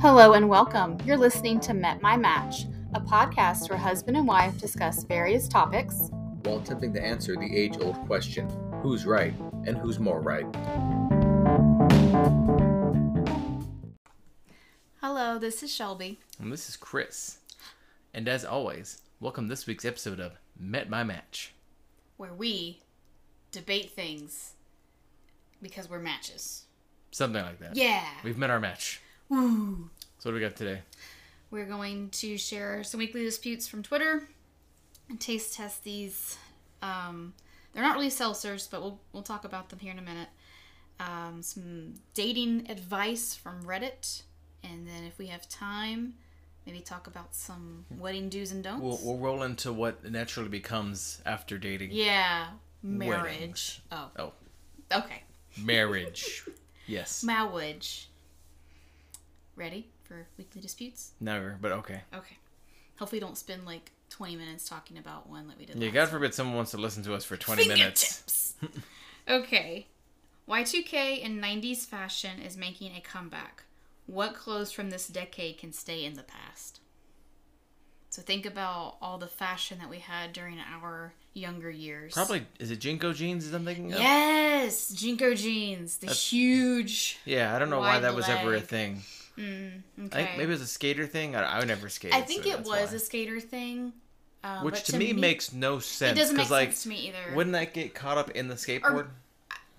Hello and welcome. You're listening to Met My Match, a podcast where husband and wife discuss various topics. while attempting to answer the age old question who's right and who's more right? Hello, this is Shelby. And this is Chris. And as always, welcome this week's episode of Met My Match. where we debate things because we're matches. Something like that. Yeah. We've met our match. Woo. So what do we got today? We're going to share some weekly disputes from Twitter and taste test these. Um, they're not really seltzers, but we'll, we'll talk about them here in a minute. Um, some dating advice from Reddit. And then if we have time, maybe talk about some wedding do's and don'ts. We'll, we'll roll into what naturally becomes after dating. yeah. Weddings. Marriage. Oh, Oh, okay. marriage. yes. Mowage. Ready for weekly disputes? Never, but okay. Okay. Hopefully, don't spend like 20 minutes talking about one that we did Yeah, last God forbid someone wants to listen to us for 20 minutes. Fingertips. okay. Y2K in 90s fashion is making a comeback. What clothes from this decade can stay in the past? So think about all the fashion that we had during our younger years. Probably, is it Jinko jeans that I'm thinking of? Yes, Jinko jeans, the huge. Yeah, I don't know why Wide that was ever a leg. thing. Okay. I think maybe it was a skater thing. I, I would never skate. I think so it that's was why. a skater thing. Uh, Which but to me, makes no sense. it doesn't make 'cause, like, sense to me either. Wouldn't that get caught up in the skateboard?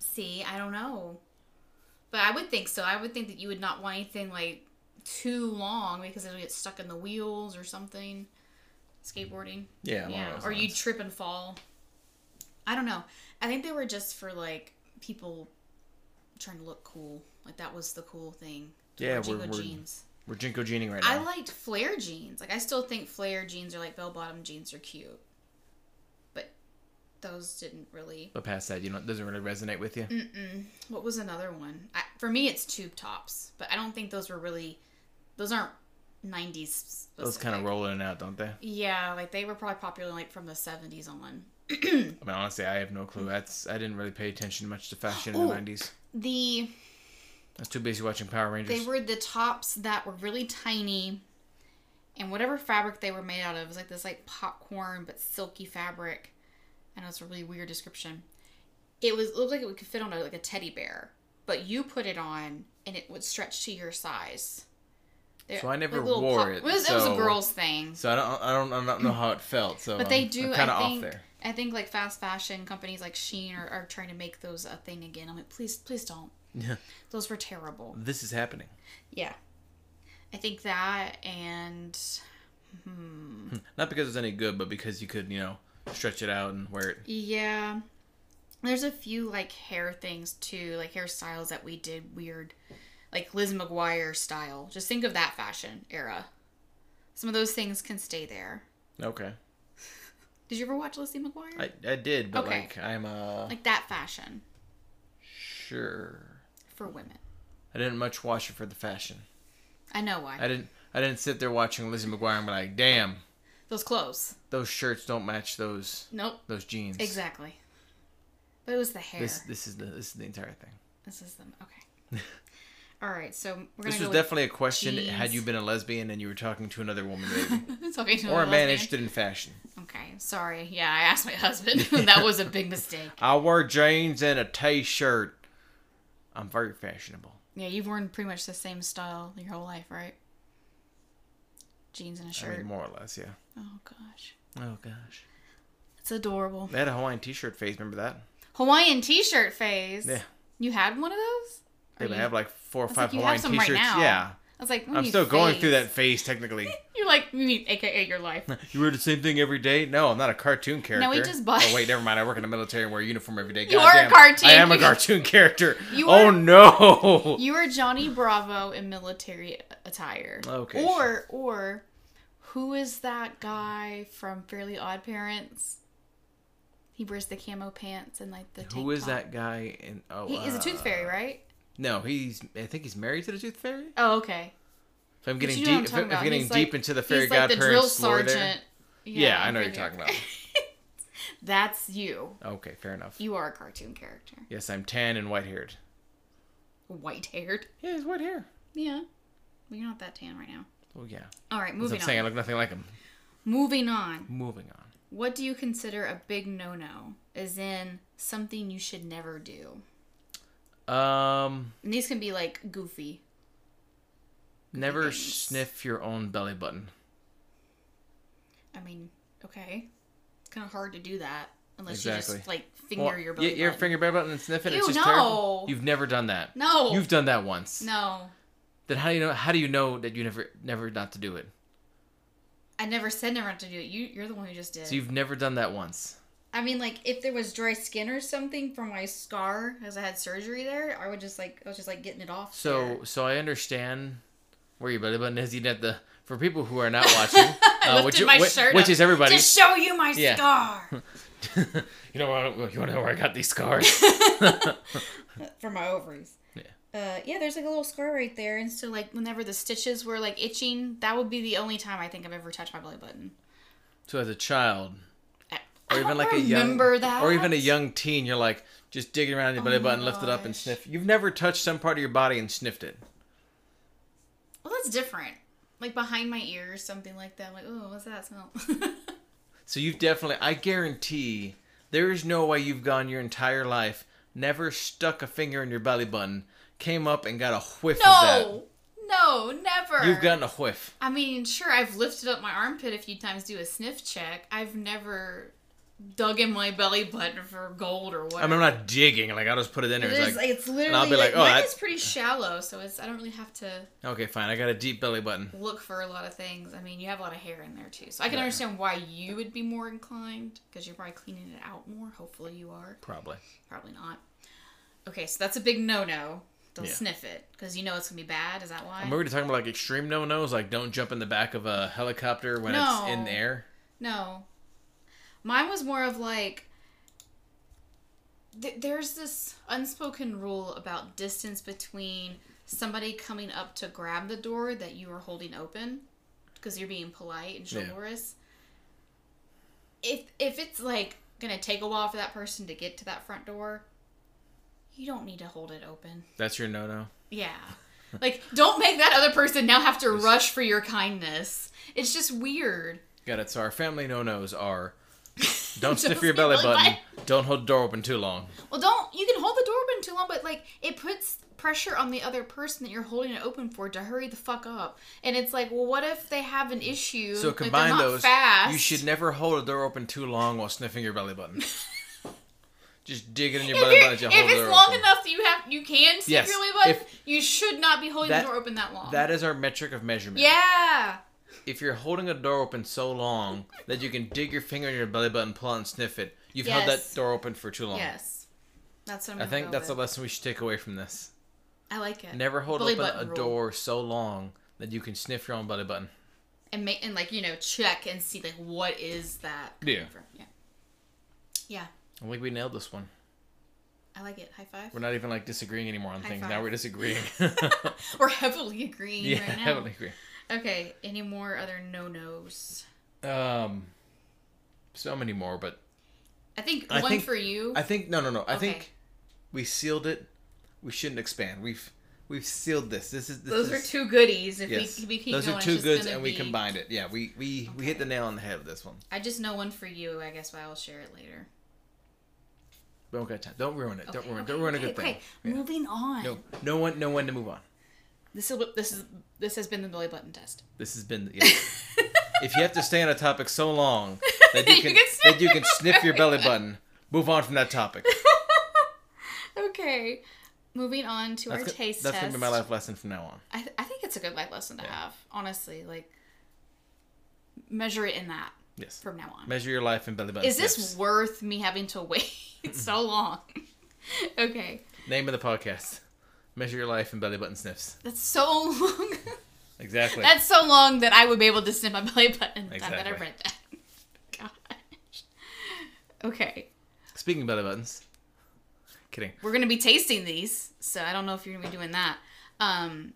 See, I don't know. But I would think so. I would think that you would not want anything like too long because it'll get stuck in the wheels or something. Skateboarding. yeah. along yeah. those Or you lines. trip and fall. I don't know. I think they were just for like people trying to look cool. Like that was the cool thing. to Yeah, wear we're- Jinko we're- jeans. We're Jinko jeaning right I now. liked flare jeans. Like I still think flare jeans or like bell bottom jeans are cute. But those didn't really but past that, you know, it doesn't really resonate with you. Mm, What was another one? I, for me, it's tube tops, but I don't think those were really. Those aren't '90s. Specific. Those kind of roll in and out, don't they? I Yeah, like they were probably popular like from the '70s on. mean, honestly, I have no Mm. clue. That's I didn't really pay attention much to fashion Ooh. in the '90s. The I was too busy watching Power Rangers. they were the tops that were really tiny, and whatever fabric they were made out of was like this like popcorn but silky fabric. I know it's a really weird description. It was it looked like it could fit on a, like a teddy bear, but you put it on and it would stretch to your size. They're- So I never little wore it, It was, it was a so- girl's thing. so I don't, I don't, I don't know how it felt. So But um, they do. I'm I kinda think. off there. I think like fast fashion companies like Sheen are, are trying to make those a thing again. I'm like, please, please don't. Yeah, Those were terrible. this is happening. Yeah, I think that and Not because it's any good, but because you could, you know, stretch it out and wear it. yeah, there's a few like hair things too, like hairstyles that we did weird, like Liz McGuire style. Just think of that fashion era. Some of those things can stay there. Okay, Did you ever watch Lizzie McGuire? I, I did, but Okay. like I'm uh like that fashion sure. for women. I didn't much watch it for the fashion. I know why. I didn't. I didn't sit there watching Lizzie McGuire and be like, "Damn, those clothes. those shirts don't match those Nope. those jeans." Exactly. But it was the hair. This This, this is the this is the entire thing. is them. Okay. All right, so we're gonna This was go definitely a question jeans. had you been a lesbian and you were talking to another woman, maybe, with, talking to or a the lesbian. man interested in fashion. Okay, sorry. Yeah, I asked my husband. that was a big mistake. I wear jeans and a t-shirt. I'm very fashionable. Yeah, you've worn pretty much the same style your whole life, right? Jeans and a I shirt. mean, more or less, yeah. oh gosh, Oh gosh, it's adorable. they had a Hawaiian t-shirt phase. Remember that? Hawaiian T-shirt phase. Yeah. You had one of those? They Or would you- have like four or It's five like you Hawaiian have some t-shirts. right now. yeah, I was like, what do I'm you still going through phase? that phase technically. You're like, you mean, AKA your life. You wear the same thing every day? No, I'm not a cartoon character. we just bought- Oh wait, never mind. I work in the military and wear a uniform every day. You are a Goddamn, cartoon. I am a cartoon character. You oh are- no. You were Johnny Bravo in military attire. Okay, Or sure. or who is that guy from Fairly Odd Parents? He wears the camo pants and like the tank Who is top. that guy? In oh, He is a tooth uh, fairy, right? No, he's. I think he's married to the tooth fairy. Oh, okay. If I'm But getting you know what deep, if, talking I'm about. getting He's deep like- into the fairy he's like the drill godparents lore sergeant. there. Yeah, I know in you're Fairly talking Odd about. Parents. That's you. Okay, fair enough. You are a cartoon character. Yes, I'm tan and white haired. White haired. Yeah, he's white hair. Yeah. Well, you're not that tan right now. Oh yeah. All right, That's what moving I'm on. saying. I look nothing like him. Moving on. Moving on. What do you consider a big no-no? Is in something you should never do. Um, And these can be like goofy. never things. sniff your own belly button. I mean, okay, it's kind of hard to do that unless you just Exactly. like finger Well, your y- belly Your button. finger belly button and sniff it. it's Ew, just no. terrible. You've never done that. no, You've done that once. no. Then how do you know? How do you know that you never, never not to do it? I never said never to do it. You, you're the one who just did. So you've never done that once. I mean, like if there was dry skin or something from my scar because I had surgery there, I would just like I was just like getting it off. So, there. so I understand where your belly button is. You have the for people who are not watching, I uh, lifted which, you- my which, shirt which up is everybody. to show you my Yeah. scar you know, where- you want to know where I got these scars? from my ovaries. Yeah. Uh, yeah, there's like a little scar right there, and so like whenever the stitches were like itching, that would be the only time I think I've ever touched my belly button. so as a child, I- or I even don't like a young, remember that, or even a young teen, you're like just digging around in your belly Oh my button, lift it up and gosh. sniff. You've never touched some part of your body and sniffed it. Well, that's different. Like behind my ear or something like that. I'm like, oh, what's that smell? So you've definitely, I guarantee, there is no way you've gone your entire life never stuck a finger in your belly button, came up and got a whiff of no, no, never. that. You've gotten a whiff. I mean, sure, I've lifted up my armpit a few times, to do a sniff check. I've never dug in my belly button for gold or I whatever. mean, I'm not digging. Like I'll just put it in there. It It's is, like, it's literally I'll be like, like, oh, mine that- is pretty shallow, so it's I don't really have to okay, fine. I got a deep belly button. look for a lot of things. I mean, you have a lot of hair in there too, so I can Yeah. understand why you would be more inclined because you're probably cleaning it out more. Hopefully, you are. Probably. Probably not. Okay, so that's a big no-no. Don't Yeah. sniff it because you know it's gonna be bad. Is that why? I remember talking about like extreme no nos, like don't jump in the back of a helicopter when No. it's in the air. No. Mine was more of like th- there's this unspoken rule about distance between somebody coming up to grab the door that you are holding open because you're being polite and Yeah. chivalrous. If if it's like going to take a while for that person to get to that front door, you don't need to hold it open. That's your no no. Yeah. Like don't make that other person now have to rush for your kindness. It's just weird. Got it. So our family no nos are don't sniff Don't your sniff belly my button, don't hold the door open too long. Well, don't you can hold the door open too long, but like it puts pressure on the other person that you're holding it open for to hurry the fuck up. And it's like, well, what if they have an issue? So Like, they're combine not those. Fast. You should never hold a door open too long while sniffing your belly button. Just dig it in your If, belly you're- button. as you if hold the it's door long open. enough that you have you can see Yes, your belly button, if- you should not be holding That- the door open that long. That is our metric of measurement. yeah. If you're holding a door open so long that you can dig your finger in your belly button, pull out and sniff it, you've held Yes. that door open for too long. Yes. That's what I'm I gonna think go that's a with. lesson we should take away from this. I like it. Never hold Belly open a button rule. door so long that you can sniff your own belly button. and make and like you know check and see like what is that? coming Yeah. from. Yeah. Yeah. I think we nailed this one. I like it. High five. We're not even like disagreeing anymore on High things. Now five. we're disagreeing. We're heavily agreeing yeah, right now. heavily agree. Okay, any more other no nos? Um, so many more, but I think I one think- for you. I think no, no, no. I Okay. think we sealed it. We shouldn't expand. We've we've sealed this. This is this Those are is, two goodies. If Yes, we, if we keep those going, are it's two just goods, gonna and we be- combined it. Yeah, we we we hit the nail on the head with this one. I just know one for you. I guess, but I will share it later. We don't got time. Don't ruin it. don't Okay, ruin. it. okay, Don't ruin okay, a good okay. thing. Yeah. Moving on. No, no one, no one to move on. This is what- this is this has been the belly button test. This has been. yeah. if you have to stay on a topic so long that you You can can, that sniff you your can sniff your belly belly button, move on from that topic. okay, moving on to our That's, go- taste that's test. gonna be my life lesson from now on. I, th- I think it's a good life lesson to have. Honestly, like measure it in that Yes. from now on. Measure your life in belly button. Is this sniffs. worth me having to wait so long? okay, name of the podcast? Measure your life in belly button sniffs. that's so long. Exactly. That's so long that I would be able to sniff my belly button. Exactly. that I Exactly. read that. Gosh. Okay, Speaking of belly buttons, kidding. we're gonna be tasting these, so I don't know if you're gonna be doing that. Um,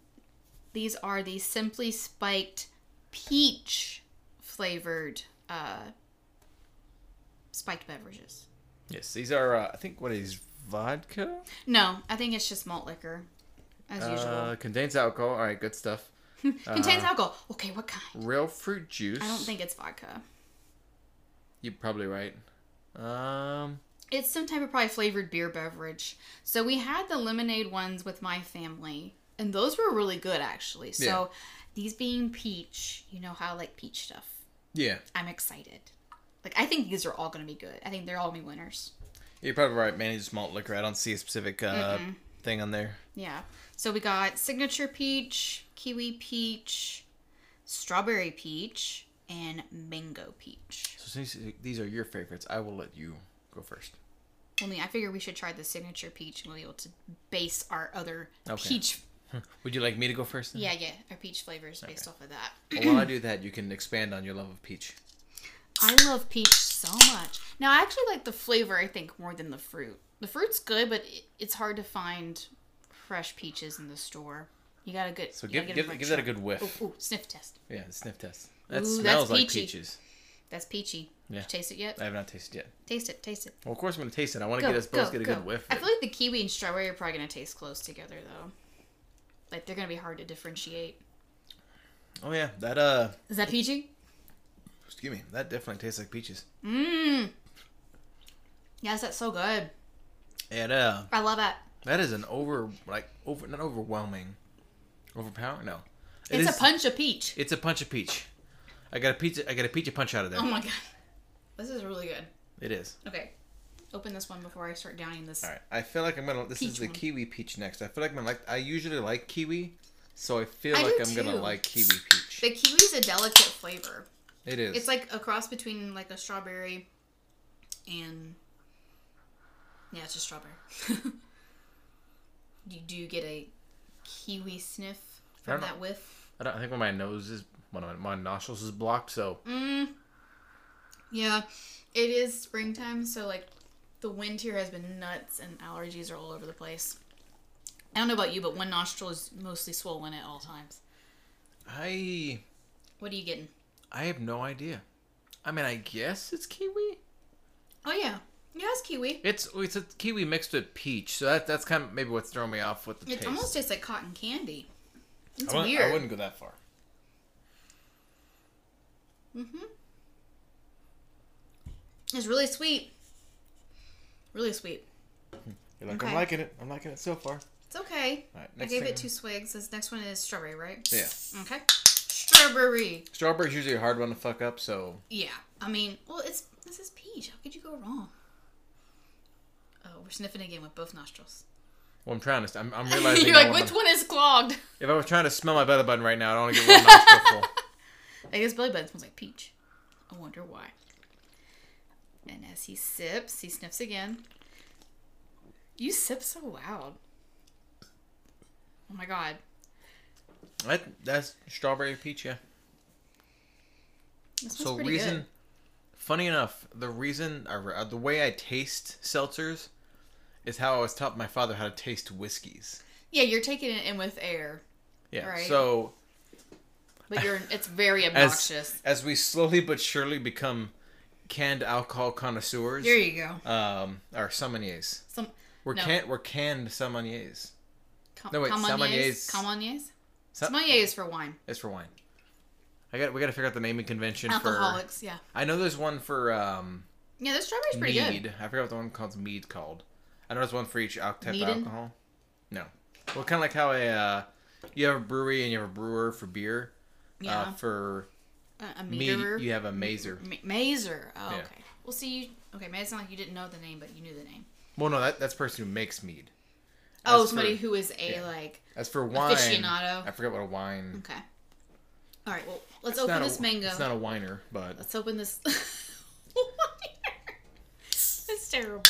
these are the simply spiked peach flavored uh, spiked beverages. Yes, these are. Uh, I think what is vodka? No, I think it's just malt liquor, as usual. Uh, contains alcohol. All right, good stuff. Contains alcohol. Okay, what kind? Real fruit juice. I don't think it's vodka. You're probably right. Um, It's some type of probably flavored beer beverage. So we had the lemonade ones with my family, and those were really good actually. So Yeah. these being peach, you know how I like peach stuff. yeah, I'm excited. Like I think these are all gonna be good. I think they're all gonna be winners. you're probably right. Manny's malt liquor. I don't see a specific uh, thing on there. Yeah. So we got signature peach, kiwi peach, strawberry peach, and mango peach. So since these are your favorites, I will let you go first. Only I figure we should try the signature peach and we'll be able to base our other Okay. Mm-hmm. peach. Would you like me to go first? then? Yeah, yeah, our peach flavors based off of that. Well, while I do that, you can expand on your love of peach. I love peach so much. Now I actually like the flavor. I think more than the fruit. The fruit's good, but it, it's hard to find fresh peaches in the store. You got to good. So give give, give that a good whiff. Oh, Ooh, ooh, sniff test. Yeah, sniff test. Ooh, That that's smells like peachy. peaches. That's peachy. Yeah. Did you taste it yet? I have not tasted yet. Taste it. Taste it. Well, of course I'm gonna taste it. I want to get us both get a good whiff. I of it. feel like the kiwi and strawberry are probably gonna taste close together though. Like they're gonna be hard to differentiate. Oh yeah, that uh, Is that peachy? excuse me, that definitely tastes like peaches. Mmm. Yes, that's so good. And uh, I love that. that is an over like over not overwhelming, overpowering. No, It It's is- a punch of peach. It's a punch of peach. I got a pizza. I got a peach punch out of there. Oh my god, this is really good. It is. Okay, open this one before I start downing this. All right. I feel like I'm gonna. This is Peach the one. kiwi peach next. I feel like I'm gonna like. I usually like kiwi, so I feel I like do I'm gonna too. like kiwi peach. The kiwi's a delicate flavor. It is. It's like a cross between like a strawberry and yeah, it's a strawberry. you do get a kiwi sniff I from don't know. that whiff. I, don't, I think one of my nose is one of my, my nostrils is blocked, so Mm. Yeah, it is springtime, so like the wind here has been nuts and allergies are all over the place. I don't know about you, but one nostril is mostly swollen at all times. I What are you getting? I have no idea. I mean, I guess it's kiwi. Oh yeah, yeah, it's kiwi. It's it's a kiwi mixed with peach, so that that's kind of maybe what's throwing me off with the It taste. almost tastes like cotton candy. It's I wouldn't, weird. I wouldn't go that far. It's really sweet. Really sweet. You're like, Okay. I'm liking it. I'm liking it so far. It's okay. All right, I next gave thing- it two swigs. This next one is strawberry, right? Yeah. Okay. Strawberry. Strawberry's usually a hard one to fuck up, so Yeah. I mean, well, it's this is peach. How could you go wrong? Oh, we're sniffing again with both nostrils. well, I'm trying to. I'm, I'm realizing. You're I like, wanna- which one is clogged? If I was trying to smell my belly button right now, I don't want to get one nostril full. I guess belly button smells like peach. I wonder why. And as he sips, he sniffs again. You sip so loud. Oh my god. That, that's strawberry peach, yeah. This so one's pretty reason, good. funny enough, the reason or uh, the way I taste seltzers is how I was taught by my father how to taste whiskeys. Yeah, you're taking it in with air, Yeah. Right. So but you're it's very as obnoxious. as we slowly but surely become canned alcohol connoisseurs, there you go. um, or sommeliers. Some We're No. can we're canned sommeliers. com- No, wait, Camoniers. Samogniers. Camoniers? Som- Sommelier is for wine. It's for wine. I got we got to figure out the naming convention for. Alcoholics, yeah. I know there's one for um, Yeah, this strawberry's pretty mead. good. I forgot what the one called mead called. I know there's one for each al- type Meaden? of alcohol. No. Well, kind of like how a uh, you have a brewery and you have a brewer for beer. Yeah. Uh, for a, a mead, meter. you have a mazer. Ma- Mazer. Oh, Yeah. okay. Well, see, you, okay, maybe it's not like you didn't know the name, but you knew the name. Well, no, that, that's the person who makes mead. Oh, As somebody for- who is a yeah. like. As for wine, Aficionado. I forgot what a wine. Okay. All right. Well, let's it's open not a- this mango. It's not a whiner, but let's open this. it's terrible.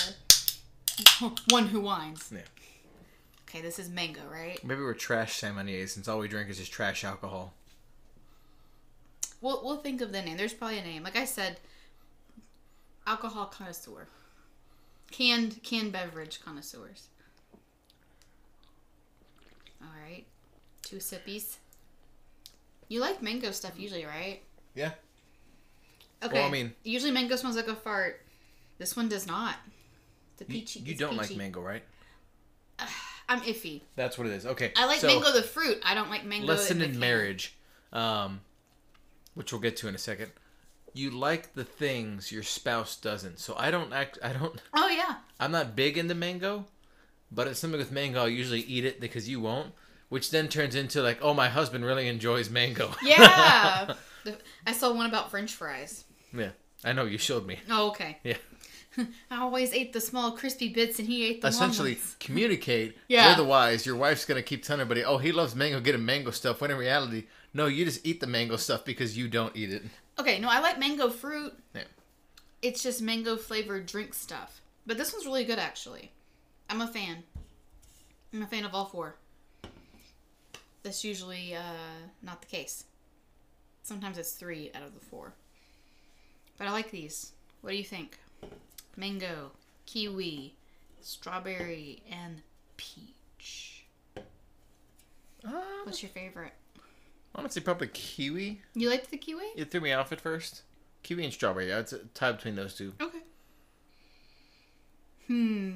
One who whines. yeah. Okay, this is mango, right? Maybe we're trash sommeliers since all we drink is just trash alcohol. We'll, we'll think of the name. There's probably a name. Like I said, alcohol connoisseur, canned canned beverage connoisseurs. All right, two sippies. You like mango stuff usually, right? Yeah. Okay. Well, I mean- usually mango smells like a fart. This one does not. The You, peachy. you it's don't like peachy. mango, right? I'm iffy. That's what it is. Okay. I like so, mango the fruit. I don't like mango. Lesson the in can. marriage, um, which we'll get to in a second. You like the things your spouse doesn't. So I don't act. I don't. Oh yeah. I'm not big into mango, but it's something with mango. I usually eat it because you won't, which then turns into like, oh, my husband really enjoys mango. Yeah. The- I saw one about French fries. yeah. I know you showed me. Oh, okay. Yeah. I always ate the small crispy bits, and he ate the long Essentially, ones. communicate. Yeah. Otherwise, your wife's gonna keep telling everybody, "Oh, he loves mango. Get him mango stuff." When in reality, no, you just eat the mango stuff because you don't eat it. Okay, no, I like mango fruit. Yeah. It's just mango flavored drink stuff. But this one's really good, actually. I'm a fan. I'm a fan of all four. That's usually uh, not the case. Sometimes it's three out of the four. But I like these. What do you think? Mango, kiwi, strawberry, and peach. What's your favorite? Honestly, probably kiwi. You liked the kiwi? It threw me off at first. Kiwi and strawberry. It's a tie between those two. Okay. Hmm.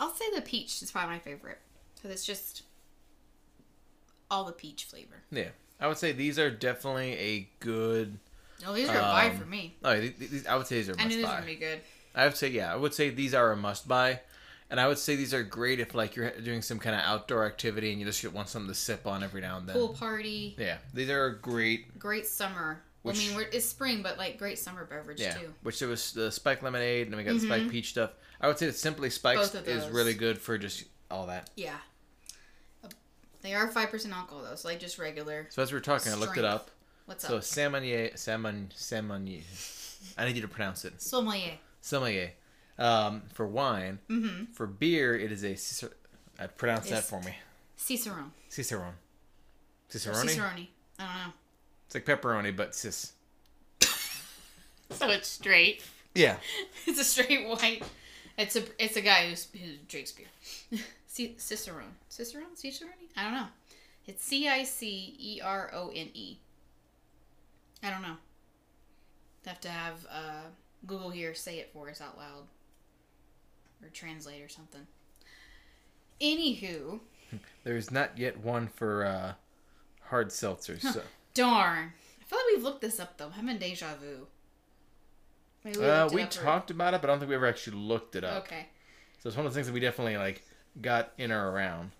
I'll say the peach is probably my favorite because it's just all the peach flavor. Yeah, I would say these are definitely a good. No, Oh, these are a buy Um, for me. Oh, these, these, I would say these are I knew must these were buy. gonna be good. I would say yeah. I would say these are a must buy, and I would say these are great if like you're doing some kind of outdoor activity and you just want something to sip on every now and then. Pool party, Yeah, these are a great. great summer. Which- I mean, we're, it's spring, but like great summer beverage Yeah, too. which there was the spike lemonade, and then we got the spike peach stuff. I would say that simply spikes Mm-hmm. Both of is those. really good for just all that. Yeah. Uh, They are five percent alcohol though, so like just regular. So as we were talking, I looked it Strength. up. What's So up? salmonier, salmon, salmonier. I need you to pronounce it. Sommelier. Sommelier. Um, for wine, Mm-hmm. for beer, it is a. Cicer- uh, pronounce that Yes. for me. Cicerone. Cicerone. Cicerone. Cicerone. I don't know. It's like pepperoni, but cis. So it's straight. Yeah. It's a straight white. It's a it's a guy who's, who drinks beer. C- Cicerone. Cicerone? Cicerone? I don't know. It's C I C E R O N E. I don't know. Have to have uh, Google here say it for us out loud, or translate or something. Anywho, There's not yet one for uh, hard seltzers. So. darn. I feel like we've looked this up though. I'm having deja vu. Maybe Uh, looked it we up or- talked about it, but I don't think we ever actually looked it up. Okay. So it's one of the things that we definitely like got in or around.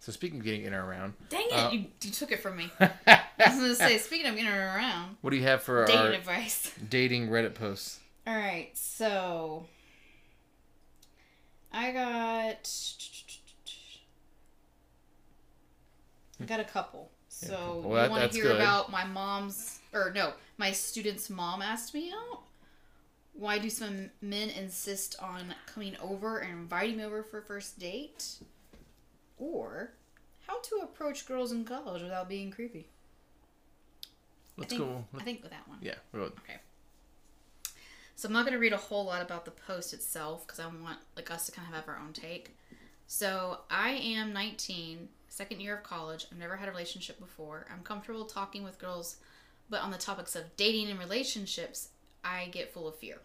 So speaking of getting in or around, Dang it! Uh, you, you took it from me. I was what gonna say, speaking of in and around, do you have for dating our advice. dating Reddit posts? All right, so I got I got a couple. So well, that- you want that's to hear good. about my mom's or no, my student's mom asked me out. Why do some men insist on coming over and inviting me over for a first date? Or how to approach girls in college without being creepy? Let's I think, go. I think with that one. yeah. We'll, So I'm not going to read a whole lot about the post itself because I want like us to kind of have our own take. So I am 19, second year of college. I've never had a relationship before. I'm comfortable talking with girls, but on the topics of dating and relationships, I get full of fear.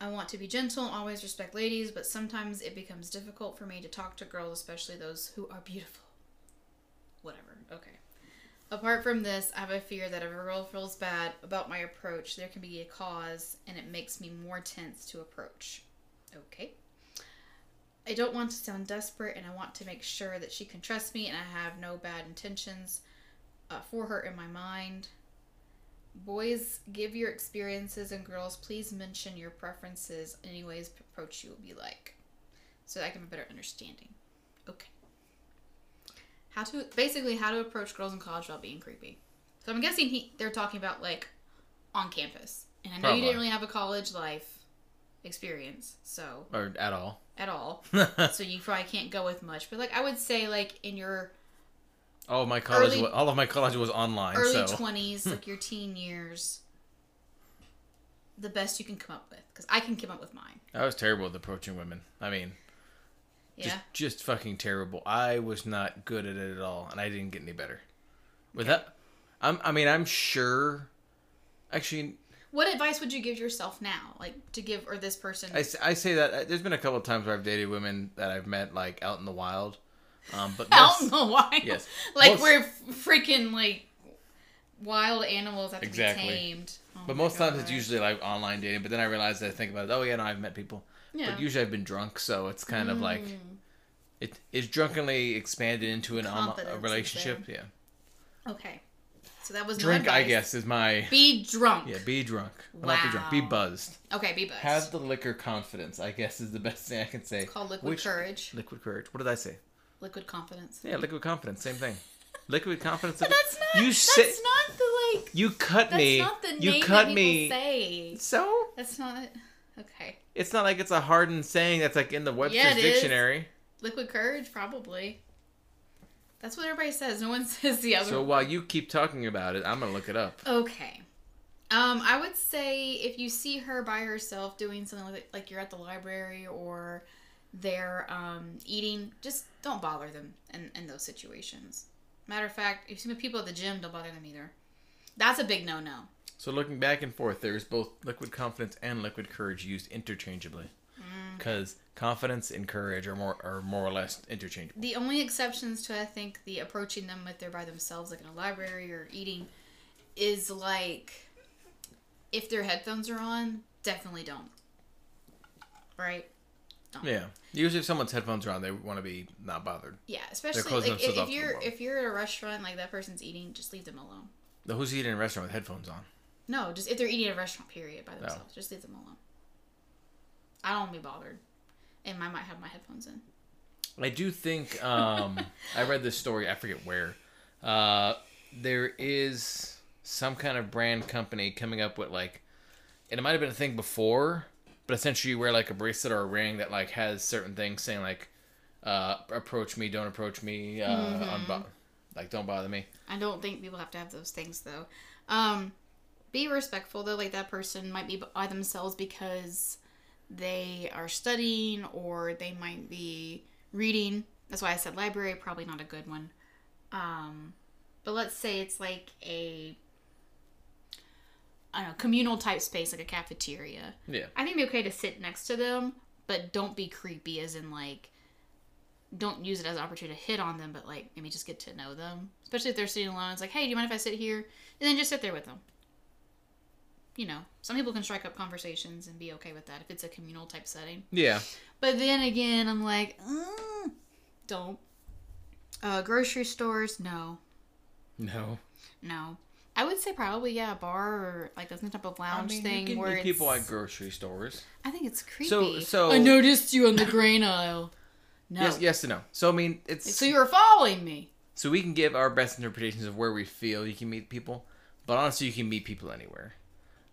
I want to be gentle and always respect ladies, but sometimes it becomes difficult for me to talk to girls, especially those who are beautiful. Whatever. Okay. Apart from this, I have a fear that if a girl feels bad about my approach, there can be a cause, and it makes me more tense to approach. Okay. I don't want to sound desperate, and I want to make sure that she can trust me, and I have no bad intentions uh, for her in my mind. Boys, give your experiences, and girls, please mention your preferences, any ways approach you will be like, so that I can have a better understanding. Okay how to basically how to approach girls in college without being creepy. So I'm guessing he they're talking about like on campus, and I know Probably. you didn't really have a college life experience, so or at all. at all, so you probably can't go with much. But like I would say, like in your all of my college, Early- wa- all of my college was online. early so twenties, like your teen years, the best you can come up with, because I can come up with mine. I was terrible at approaching women. I mean, Yeah, just just fucking terrible. I was not good at it at all, and I didn't get any better. With that, I'm. I mean, I'm sure. Actually, What advice would you give yourself now, like to give or this person? I, s- I say that uh, there's been a couple of times where I've dated women that I've met like out in the wild, um, but out most- in the wild. yes, like most- we're freaking like wild animals that have Exactly. to be tamed. Oh But my most times it's God. usually like online dating. But then I realize that I think about it. Oh yeah, no, I've met people. Yeah. Mm. But usually I've been drunk, so it's kind of like it is drunkenly expanded into an online Confidence a is relationship. Yeah, okay. So that was no drink I advice. guess is my Be drunk. yeah. Be drunk. Well, Not be drunk. Be Wow. buzzed. Okay, be buzzed. Have the liquor confidence. I guess is the best thing I can say. It's called liquid Which- courage, Liquid courage. What did I say? liquid confidence. Yeah, liquid confidence. Same thing. Liquid confidence. But that's not. You that's sit- not the like. You cut That's me. not the name you cut that people me. say. So That's not. Okay. it's not like it's a hardened saying that's like in the Webster's Yeah, it is. dictionary. Liquid courage, probably. That's what everybody says. No one says the other. So while you keep talking about it, I'm gonna look it up. okay. Um, I would say if you see her by herself doing something like, like you're at the library or they're um, eating, just don't bother them in, in those situations. Matter of fact, if you see people at the gym, don't bother them either. That's a big no no. So looking back and forth, there's both liquid confidence and liquid courage used interchangeably, Mm. because confidence and courage are more are more or less interchangeable. The only exceptions to I think the approaching them if they're by themselves, like in a library or eating, is like if their headphones are on, definitely don't. Right? Yeah. Usually, if someone's headphones are on, they want to be not bothered. Yeah, especially closing like if, if themselves off to the you're world. if you're at a restaurant like that person's eating, just leave them alone. Now, Who's eating in a restaurant with headphones on? No, just if they're eating at a restaurant, period, by themselves, just leave them alone. I don't want to be bothered, and I might have my headphones in. I do think um, I read this story. I forget where. Uh, there is some kind of brand company coming up with like, and it might have been a thing before, but essentially you wear like a bracelet or a ring that like has certain things saying like, uh, approach me, don't approach me, uh, Mm-hmm. unbo- like don't bother me. I don't think people have to have those things though. Um, be respectful though. Like that person might be by themselves because they are studying or they might be reading. That's why I said library, probably not a good one. Um, but let's say it's like a I don't know communal type space, like a cafeteria. Yeah. I think it'd be okay to sit next to them, but don't be creepy, as in like, don't use it as an opportunity to hit on them, but like maybe just get to know them, especially if they're sitting alone. It's like, hey, do you mind if I sit here? And then just sit there with them. You know, some people can strike up conversations and be okay with that if it's a communal type setting. Yeah. But then again, I'm like, mm, don't. Uh, grocery stores, no, No. no. I would say probably yeah, a bar or like some type of lounge thing where it's, people at grocery stores. I think it's creepy. so- I noticed you on the grain aisle. No. Yes. Yes and no. So I mean, it's So you were following me. So we can give our best interpretations of where we feel you can meet people, but honestly, you can meet people anywhere.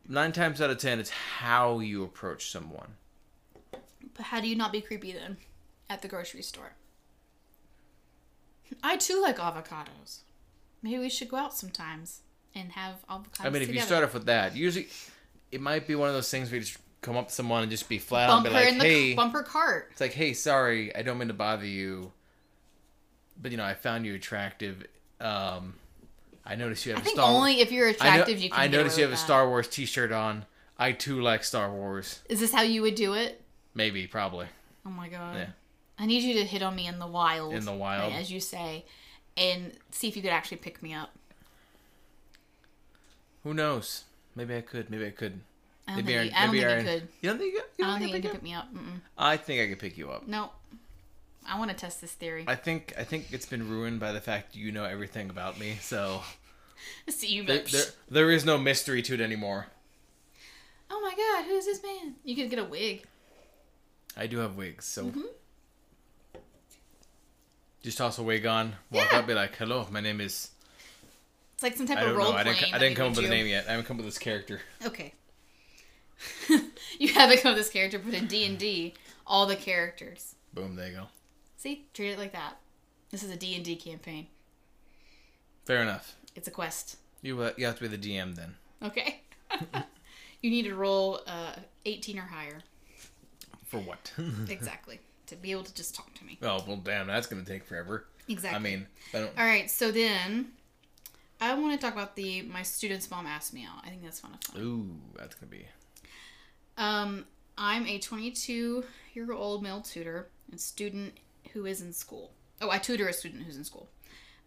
Nine times out of ten, it's how you approach someone. But how do you not be creepy then at the grocery store? I too like avocados. Maybe we should go out sometimes and have avocados. I mean, if you together. start off with that, usually it might be one of those things where you just come up to someone and just be flat out and bumper be like, in the "Hey," bumper cart. it's like, "Hey, sorry, I don't mean to bother you, but you know, I found you attractive. Um, I noticed you have I a think Star Wars- only if you're I know- attractive you can. I get noticed away you have with a that. Star Wars T-shirt on. I too like Star Wars. Is this how you would do it? Maybe, probably." Oh my god. Yeah. I need you to hit on me in the wild. In the wild. As you say, and see if you could actually pick me up. Who knows? Maybe I could. Maybe I could. I don't Maybe think, you, I don't think maybe you our- could. You don't think you, could- you I don't don't think think I you can could pick pick me up. Mm-mm. you up? I think I could pick you up. No. I want to test this theory. I think I think it's been ruined by the fact you know everything about me, so See you, there, bitch. there, there is no mystery to it anymore. Oh my god, who is this man? You could get a wig. I do have wigs, so Mm-hmm. just toss a wig on, walk Yeah. up, be like, "Hello, my name is." It's like some type I of don't role know. I playing. didn't. I that didn't we come up would with a do. name yet. I haven't come up with this character. Okay. you haven't come up with this character, but in D and D, all the characters. Boom. There you go. See, treat it like that. This is a D and D campaign. Fair enough. It's a quest. You uh, you have to be the DM then. Okay. you need to roll uh, 18 or higher. For what? Exactly. to be able to just talk to me. oh well, damn. That's gonna take forever. Exactly. I mean, I don't. All right, so then I want to talk about the my student's mom asked me out. I think that's kind of fun. Ooh, that's gonna be. Um, I'm a 22 year old male tutor and student who is in school. Oh, I tutor a student who's in school.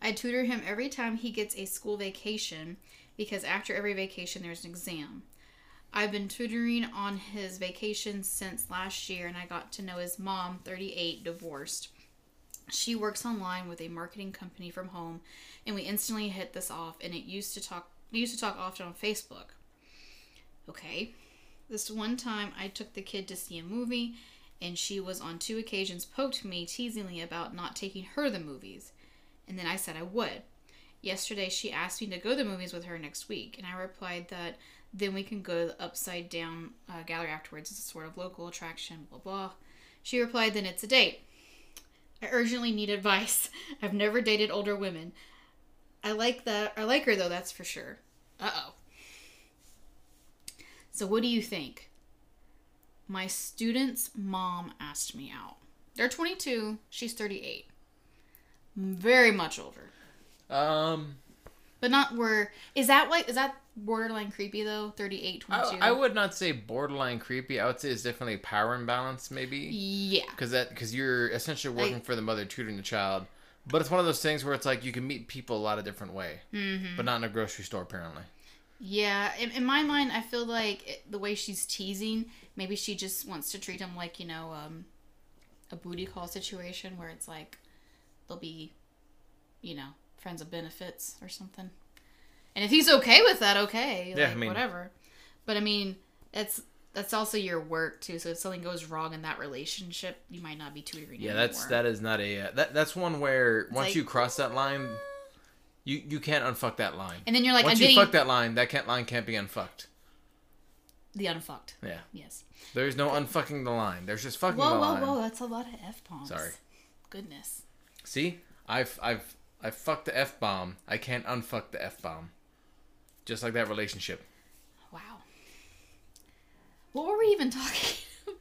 I tutor him every time he gets a school vacation because after every vacation there's an exam. I've been tutoring on his vacation since last year and I got to know his mom, 38, divorced. She works online with a marketing company from home and we instantly hit this off and it used to talk we used to talk often on Facebook. Okay. This one time I took the kid to see a movie and she was on two occasions poked me teasingly about not taking her to the movies. And then I said I would. Yesterday she asked me to go to the movies with her next week and I replied that then we can go to the upside down uh, gallery afterwards. It's a sort of local attraction, blah blah. She replied then it's a date. I urgently need advice. I've never dated older women. I like that. I like her though, that's for sure. Uh oh. So, what do you think? My student's mom asked me out. They're 22, she's 38. Very much older. Um, But not where. Is that like. Is that borderline creepy though? 38, 22? Oh, I, I would not say borderline creepy. I would say it's definitely power imbalance, maybe, Yeah. because that because you're essentially working for the mother tutoring the child. But it's one of those things where it's like you can meet people a lot of different way, mm-hmm. but not in a grocery store apparently. Yeah. In, in my mind, I feel like it, the way she's teasing, maybe she just wants to treat him like, you know, um, a booty call situation where it's like they'll be, you know, friends of benefits or something. And if he's okay with that, okay, like, Yeah, I mean- whatever. But I mean, it's that's also your work too. So if something goes wrong in that relationship, you might not be tutoring. Yeah, that's anymore. that is not a uh, that that's one where once like- you cross that line, you you can't unfuck that line. And then you're like, once I'm you getting fuck that line, that can't line can't be unfucked. the unfucked. Yeah, Yes. there's no unfucking the line. There's just fucking the Whoa, whoa, line. whoa! That's a lot of f bombs. Sorry. Goodness. See, I've I've I fucked the f bomb. I can't unfuck the f bomb. Just like that relationship. Wow. What were we even talking about?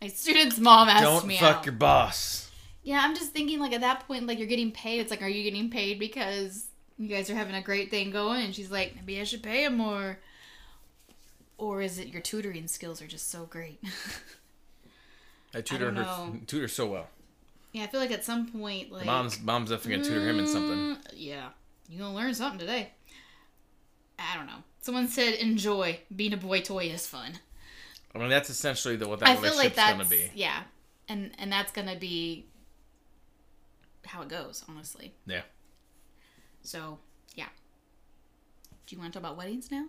My student's mom asked Don't me fuck out. your boss. Yeah, I'm just thinking like at that point, like you're getting paid. It's like, are you getting paid because you guys are having a great thing going? And she's like, maybe I should pay him more. Or is it your tutoring skills are just so great? I tutor don't her know. tutor so well. yeah, I feel like at some point, like Mom's mom's definitely gonna tutor him in something. Mm, Yeah. You're going to learn something today. I don't know. Someone said, enjoy. Being a boy toy is fun. I mean that's essentially the, what that I feel like relationship's that's. gonna be. Yeah. And, and that's going to be how it goes, honestly. Yeah. So, yeah. Do you want to talk about weddings now?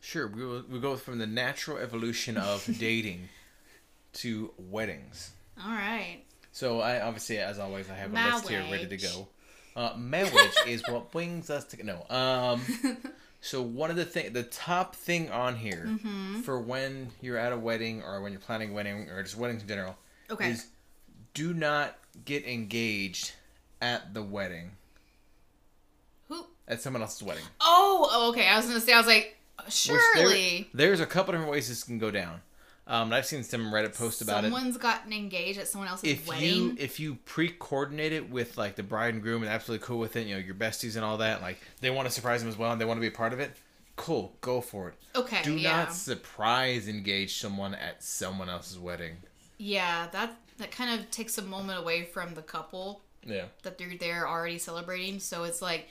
Sure, we will, we go from the natural evolution of dating to weddings. All right. So I obviously, as always, I have a list here ready to Marriage. go. Uh, marriage is what brings us to no. Um, so one of the thing, the top thing on here Mm-hmm. for when you're at a wedding or when you're planning a wedding or just weddings in general Okay. is do not get engaged at the wedding Who? at someone else's wedding. Oh, oh, okay. I was going to say, I was like, uh, Which there- surely. there's a couple different ways this can go down. Um, and I've seen some Reddit post about it. Someone's gotten engaged at someone else's if wedding. you if you pre-coordinate it with like the bride and groom and absolutely cool with it, you know your besties and all that, like they want to surprise them as well and they want to be a part of it. Cool, go for it. okay. Do yeah. not surprise engage someone at someone else's wedding. Yeah, that that kind of takes a moment away from the couple Yeah, that they're there already celebrating. So it's like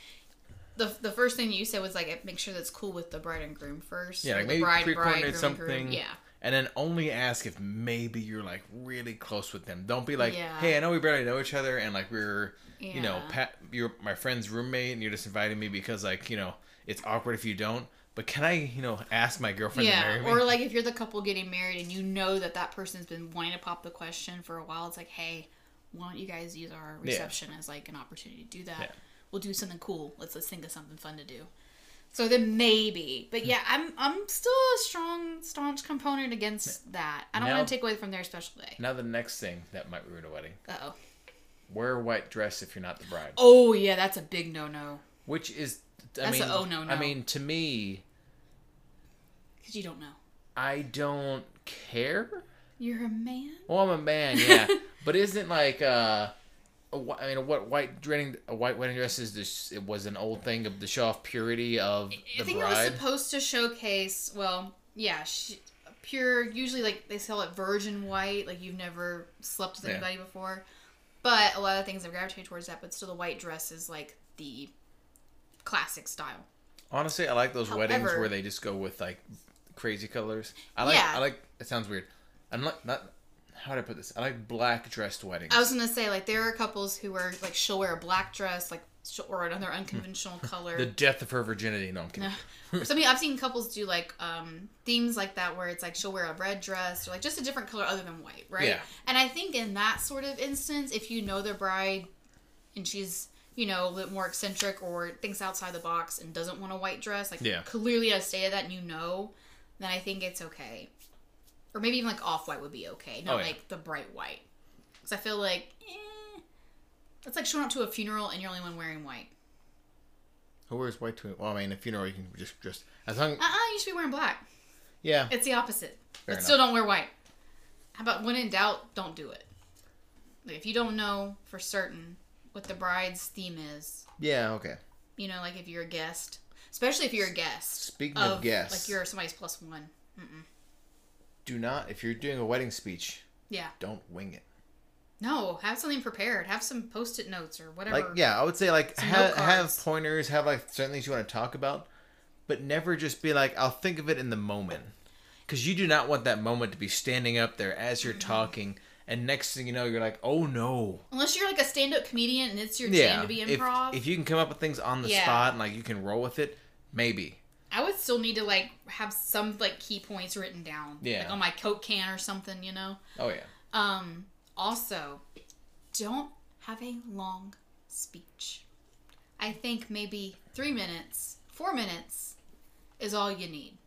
the the first thing you said was like make sure that's cool with the bride and groom first. yeah. or Like the maybe bride, pre-coordinate bride, groom, and groom. something. Yeah. And then only ask if maybe you're like really close with them. Don't be like, Yeah. hey, I know we barely know each other, and like we're, you know, Yeah. Pat, you're my friend's roommate, and you're just inviting me because like you know it's awkward if you don't. But can I, you know, ask my girlfriend to marry Yeah, me? or like if you're the couple getting married and you know that that person's been wanting to pop the question for a while, it's like, hey, why don't you guys use our reception as like an opportunity to do that? Yeah. We'll do something cool. Let's let's think of something fun to do. So then maybe, but yeah, I'm I'm still a strong staunch component against that. I don't Now- want to take away from their special day. Now the next thing that might ruin a wedding: Uh oh. wear a white dress if you're not the bride, Oh yeah, that's a big no no which is, I That's a mean, oh, no, I no. mean, to me, because you don't know. I don't care. You're a man. Well, I'm a man, yeah, but isn't like uh, a whi- I mean, a what white wedding, a white wedding dress is this? It was an old thing of the show off purity of I the think it was bride. supposed to showcase. Well, yeah, sh pure. Usually, like they sell it virgin white, like you've never slept with Yeah. anybody before. But a lot of things have gravitated towards that. But still, the white dress is like the classic style. Honestly, I like those weddings However- where they just go with like crazy colors. I like. Yeah. I like. It sounds weird. I'm not. not how do I put this? I like black dressed weddings. I was gonna say like there are couples who are like she'll wear a black dress, like she'll, or another unconventional color. the death of her virginity. No, I'm kidding. So I mean, I've seen couples do like um, themes like that where it's like she'll wear a red dress or like just a different color other than white, right? Yeah. And I think in that sort of instance, if you know the bride and she's you know a little more eccentric or thinks outside the box and doesn't want a white dress, like Yeah. clearly has stated that and you know, then I think it's okay. Or maybe even like off white would be okay, not Oh, yeah. like the bright white, because I feel like eh, it's like showing up to a funeral and you're the only one wearing white. Who wears white to? Well, I mean, a funeral you can just just as long. Uh uh you should be wearing black. Yeah. It's the opposite. Fair but still don't wear white. How about when in doubt, don't do it. Like if you don't know for certain what the bride's theme is, Yeah. Okay. you know, like if you're a guest, especially if you're a guest. Speaking of guests. like you're somebody's plus one. Do not if you're doing a wedding speech, Yeah. don't wing it. No, have something prepared. Have some post-it notes or whatever. Like yeah, I would say like Some have note have cards. pointers, have like certain things you want to talk about, but never just be like I'll think of it in the moment. Cuz you do not want that moment to be standing up there as Mm-hmm. you're talking and next thing you know you're like, "Oh no." Unless you're like a stand-up comedian and it's your jam Yeah. to be if, improv. if you can come up with things on the Yeah. spot and like you can roll with it, maybe. I would still need to like have some like key points written down. Yeah. Like on my Coke can or something, you know? Oh yeah. Um, also, don't have a long speech. I think maybe three minutes, four minutes is all you need,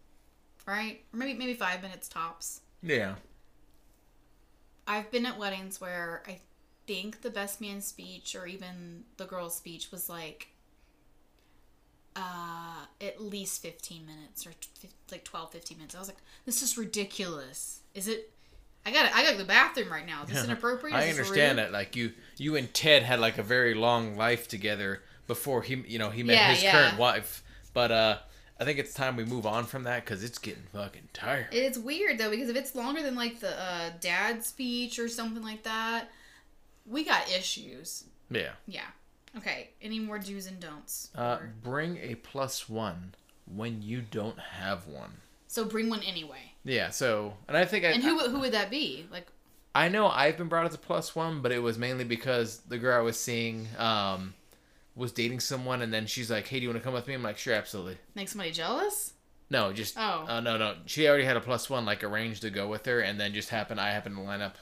right? Or maybe maybe five minutes tops. Yeah. I've been at weddings where I think the best man speech or even the girl's speech was like uh at least 15 minutes or t- fif- like 12 15 minutes. I was like this is ridiculous. Is it I got to I got to the bathroom right now. Is this inappropriate? I Is this understand rude? that. Like you, you and Ted had like a very long life together before he, you know, he met Yeah, his yeah. current wife. But uh I think it's time we move on from that because it's getting fucking tired. It's weird though because if it's longer than like the uh, dad speech or something like that, we got issues. yeah. Yeah. Okay. Any more do's and don'ts? Uh, Or- bring a plus one when you don't have one. so bring one anyway. Yeah. So, and I think I, And who who would that be? Like I know I've been brought as a plus one, but it was mainly because the girl I was seeing um was dating someone, and then she's like, "Hey, do you want to come with me?" I'm like, "Sure, absolutely." make somebody jealous? No, just Oh. uh, no, no. She already had a plus one like arranged to go with her, and then just happened. I happened to line up.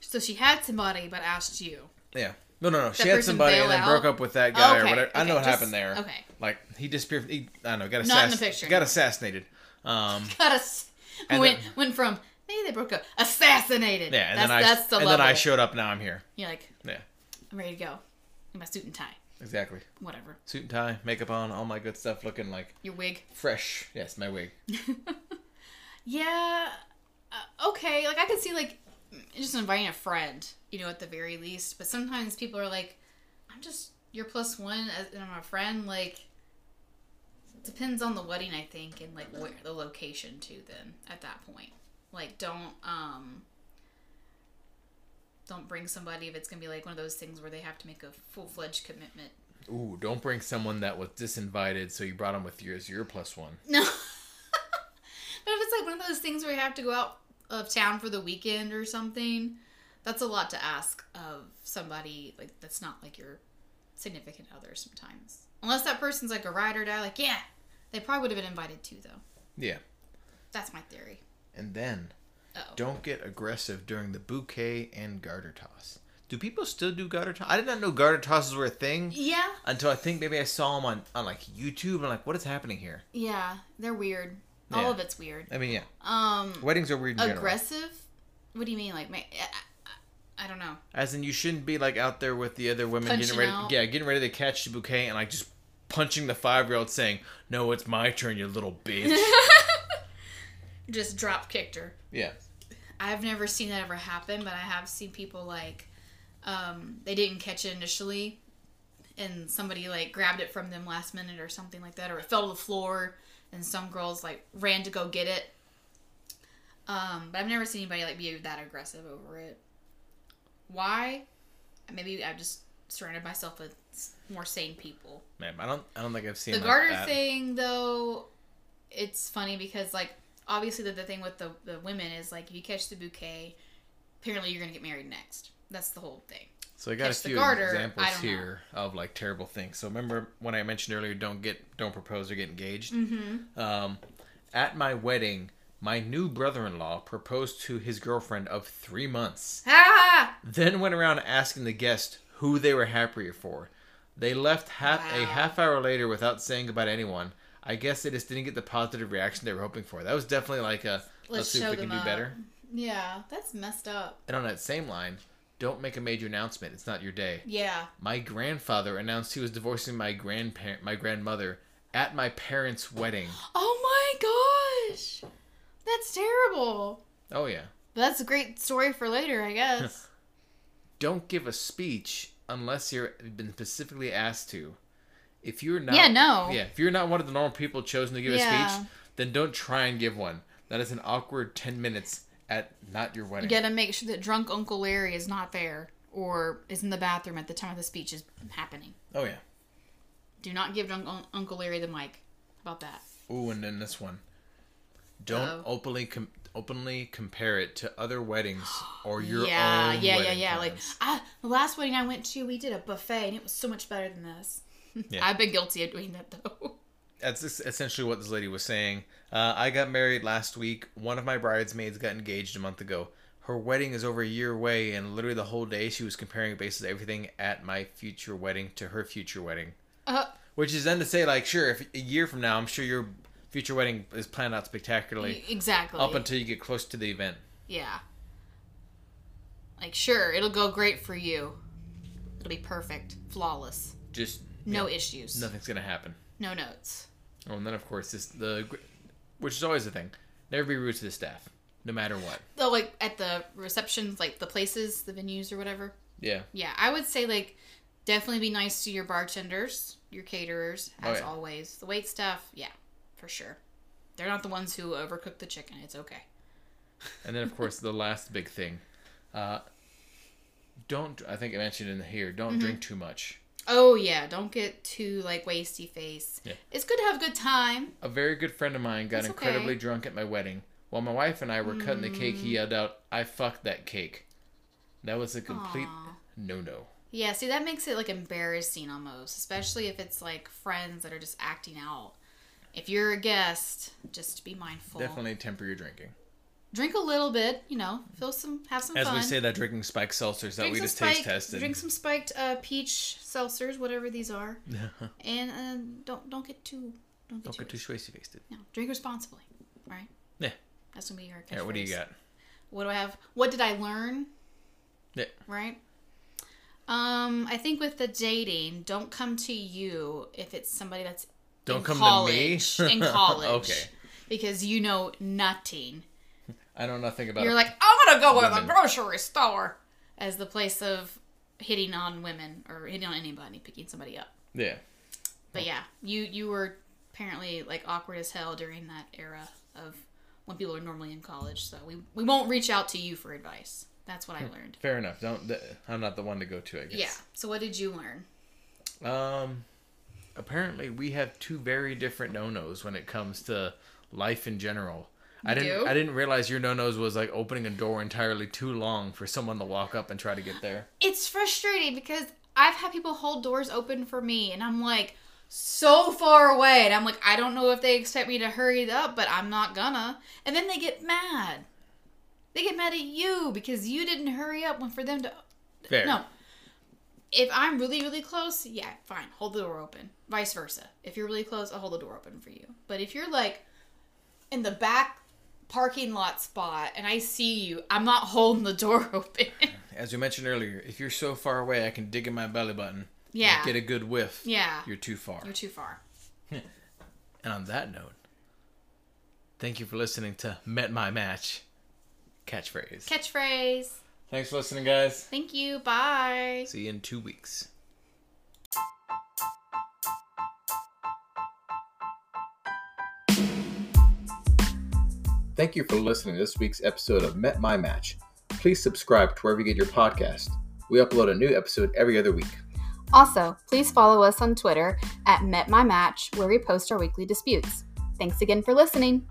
So she had somebody but asked you. Yeah. No, no, no. she person had somebody bail and then out? broke up with that guy Okay, or whatever. I okay, know what just- happened there. okay. Like he disappeared. He, I don't know. Got Not in the assassinated. picture. Got assassinated. Um. Got us. And Went then- went from hey they broke up assassinated. Yeah. And that's, then I. that's the and level. then I showed up. Now I'm here. You're like Yeah. I'm ready to go in my suit and tie. Exactly. Whatever Suit and tie, makeup on, all my good stuff, looking like your wig. fresh. Yes, my wig. Yeah. Uh, okay. Like I could see like just inviting a friend, you know, at the very least. But sometimes people are like, "I'm just your plus one, as- and I'm a friend." Like depends on the wedding, I think, and like where the location too. Then at that point, like don't um don't bring somebody if it's gonna be like one of those things where they have to make a full fledged commitment. Ooh, don't bring someone that was disinvited, so you brought him with yours. You're plus one. No. but if it's like one of those things where you have to go out of town for the weekend or something, that's a lot to ask of somebody like that's not like your significant other sometimes. Unless that person's like a ride or die, like yeah, they probably would have been invited too though. Yeah. That's my theory. And then Oh, Don't get aggressive during the bouquet and garter toss. Do people still do garter toss? I did not know garter tosses were a thing yeah, until I think maybe I saw them on, on like YouTube. I'm like, what is happening here? yeah, they're weird. All Yeah. of it's weird. I mean, yeah, Um, weddings are weird in general. aggressive. What do you mean? Like, ma- I, I, I don't know. As in, you shouldn't be like out there with the other women Punching getting ready, out. yeah, getting ready to catch the bouquet and like just punching the five year old saying, "No, it's my turn, you little bitch." Just drop kicked her. yeah, I've never seen that ever happen, but I have seen people like um, they didn't catch it initially, and somebody like grabbed it from them last minute or something like that, or it fell to the floor, and some girls like ran to go get it. Um, but I've never seen anybody like be that aggressive over it. Why? Maybe I've just surrounded myself with s- more sane people. Man, I don't. I don't think I've seen The like garter that. thing, though, it's funny because like obviously the, the thing with the, the women is like if you catch the bouquet, apparently you're gonna get married next. That's the whole thing. So I got a catch the few garter, examples I don't know. here of like terrible things. So remember when I mentioned earlier, don't get, don't propose or get engaged. Mm-hmm. Um, at my wedding, my new brother-in-law proposed to his girlfriend of three months. Ah! Then went around asking the guests who they were happier for. They left half a Wow. half hour later without saying goodbye to anyone. I guess they just didn't get the positive reaction they were hoping for. That was definitely like a let's, see if show we can them do better. up. Yeah, that's messed up. And on that same line, don't make a major announcement. It's not your day. Yeah. My grandfather announced he was divorcing my grandparent, my grandmother, at my parents' wedding. Oh my gosh, that's terrible. Oh yeah. But that's a great story for later, I guess. Don't give a speech unless you're been specifically asked to. If you're not, Yeah, no. yeah. If you're not one of the normal people chosen to give a Yeah. speech, then don't try and give one. That is an awkward ten minutes at not your you wedding. gotta make sure that drunk Uncle Larry is not there or is in the bathroom at the time of the speech is happening. Oh yeah. Do not give drunk un- Uncle Larry the mic. How about that? Ooh, and then this one. Don't Uh-oh. openly com- openly compare it to other weddings or your yeah, own. yeah, yeah, wedding yeah. Like plans. I, the last wedding I went to, we did a buffet and it was so much better than this. Yeah. I've been guilty of doing that though. that's es- essentially what this lady was saying. Uh, I got married last week. One of my bridesmaids got engaged a month ago. Her wedding is over a year away, and literally the whole day she was comparing basically everything at my future wedding to her future wedding. Uh, Which is then to say, like, sure, if a year from now, I'm sure your future wedding is planned out spectacularly exactly. up until you get close to the event. yeah. Like sure, it'll go great for you. It'll be perfect, flawless, Just no yeah, issues, nothing's gonna happen. no notes. Oh, and then of course this the, gr- which is always the thing. Never be rude to the staff, no matter what. Though, like at the receptions, like the places, the venues, or whatever. Yeah. Yeah, I would say like definitely be nice to your bartenders, your caterers, Oh, as yeah. always. The wait staff, yeah, for sure. They're not the ones who overcook the chicken. It's okay. And then, of course, the last big thing. Uh, don't, I think I mentioned in here, don't drink Mm-hmm. too much. Oh yeah, don't get too like wasty face. Yeah. It's good to have a good time. A very good friend of mine got That's incredibly okay. drunk at my wedding. While my wife and I were cutting the cake, he yelled out, I fucked that cake. That was a complete Mm. Aw. no no. Yeah, see that makes it like embarrassing almost, especially if it's like friends that are just acting out. If you're a guest, just be mindful. Definitely temper your drinking. Drink a little bit, you know, feel some have some As fun. we say, that drinking spike seltzers that drink we some just spiked, taste tested. Drink some spiked uh, peach seltzers, whatever these are, and um, don't don't get too don't get Uh-huh. don't too, get too shwasty faced. no drink responsibly. All right, Yeah. that's gonna be our. Yeah, what do you catchphrase. got? What do I have? What did I learn? Yeah. Right. Um, I think with the dating, don't come to you if it's somebody that's Don't in come college, to me. in college. okay. Because you know nothing. I know nothing about You're it. like, I'm gonna go to Uh, women. the grocery store as the place of hitting on women or hitting on anybody, picking somebody up. yeah. But yeah, you you were apparently like awkward as hell during that era of when people are normally in college. So we we won't reach out to you for advice. That's what I learned. Fair enough. Don't. Th- I'm not the one to go to, I guess. Yeah. So what did you learn? Um, apparently we have two very different no-nos when it comes to life in general. You I didn't. do? I didn't realize your no-nos was like opening a door entirely too long for someone to walk up and try to get there. It's frustrating because I've had people hold doors open for me, and I'm like so far away, and I'm like I don't know if they expect me to hurry it up, but I'm not gonna. And then they get mad. They get mad at you because you didn't hurry up when for them to Fair. No. If I'm really, really close, yeah, fine. Hold the door open. Vice versa. If you're really close, I'll hold the door open for you. But if you're like in the back parking lot spot and I see you, I'm not holding the door open. As we mentioned earlier, if you're so far away, I can dig in my belly button. Yeah. Get a good whiff. yeah. You're, You're too far. too far. And on that note, thank you for listening to Met My Match. Catchphrase. Catchphrase. Thanks for listening, guys. Thank you. Bye. See you in two weeks. Thank you for listening to this week's episode of Met My Match. Please subscribe to wherever you get your podcast. We upload a new episode every other week. Also, please follow us on Twitter at MetMyMatch, where we post our weekly disputes. Thanks again for listening.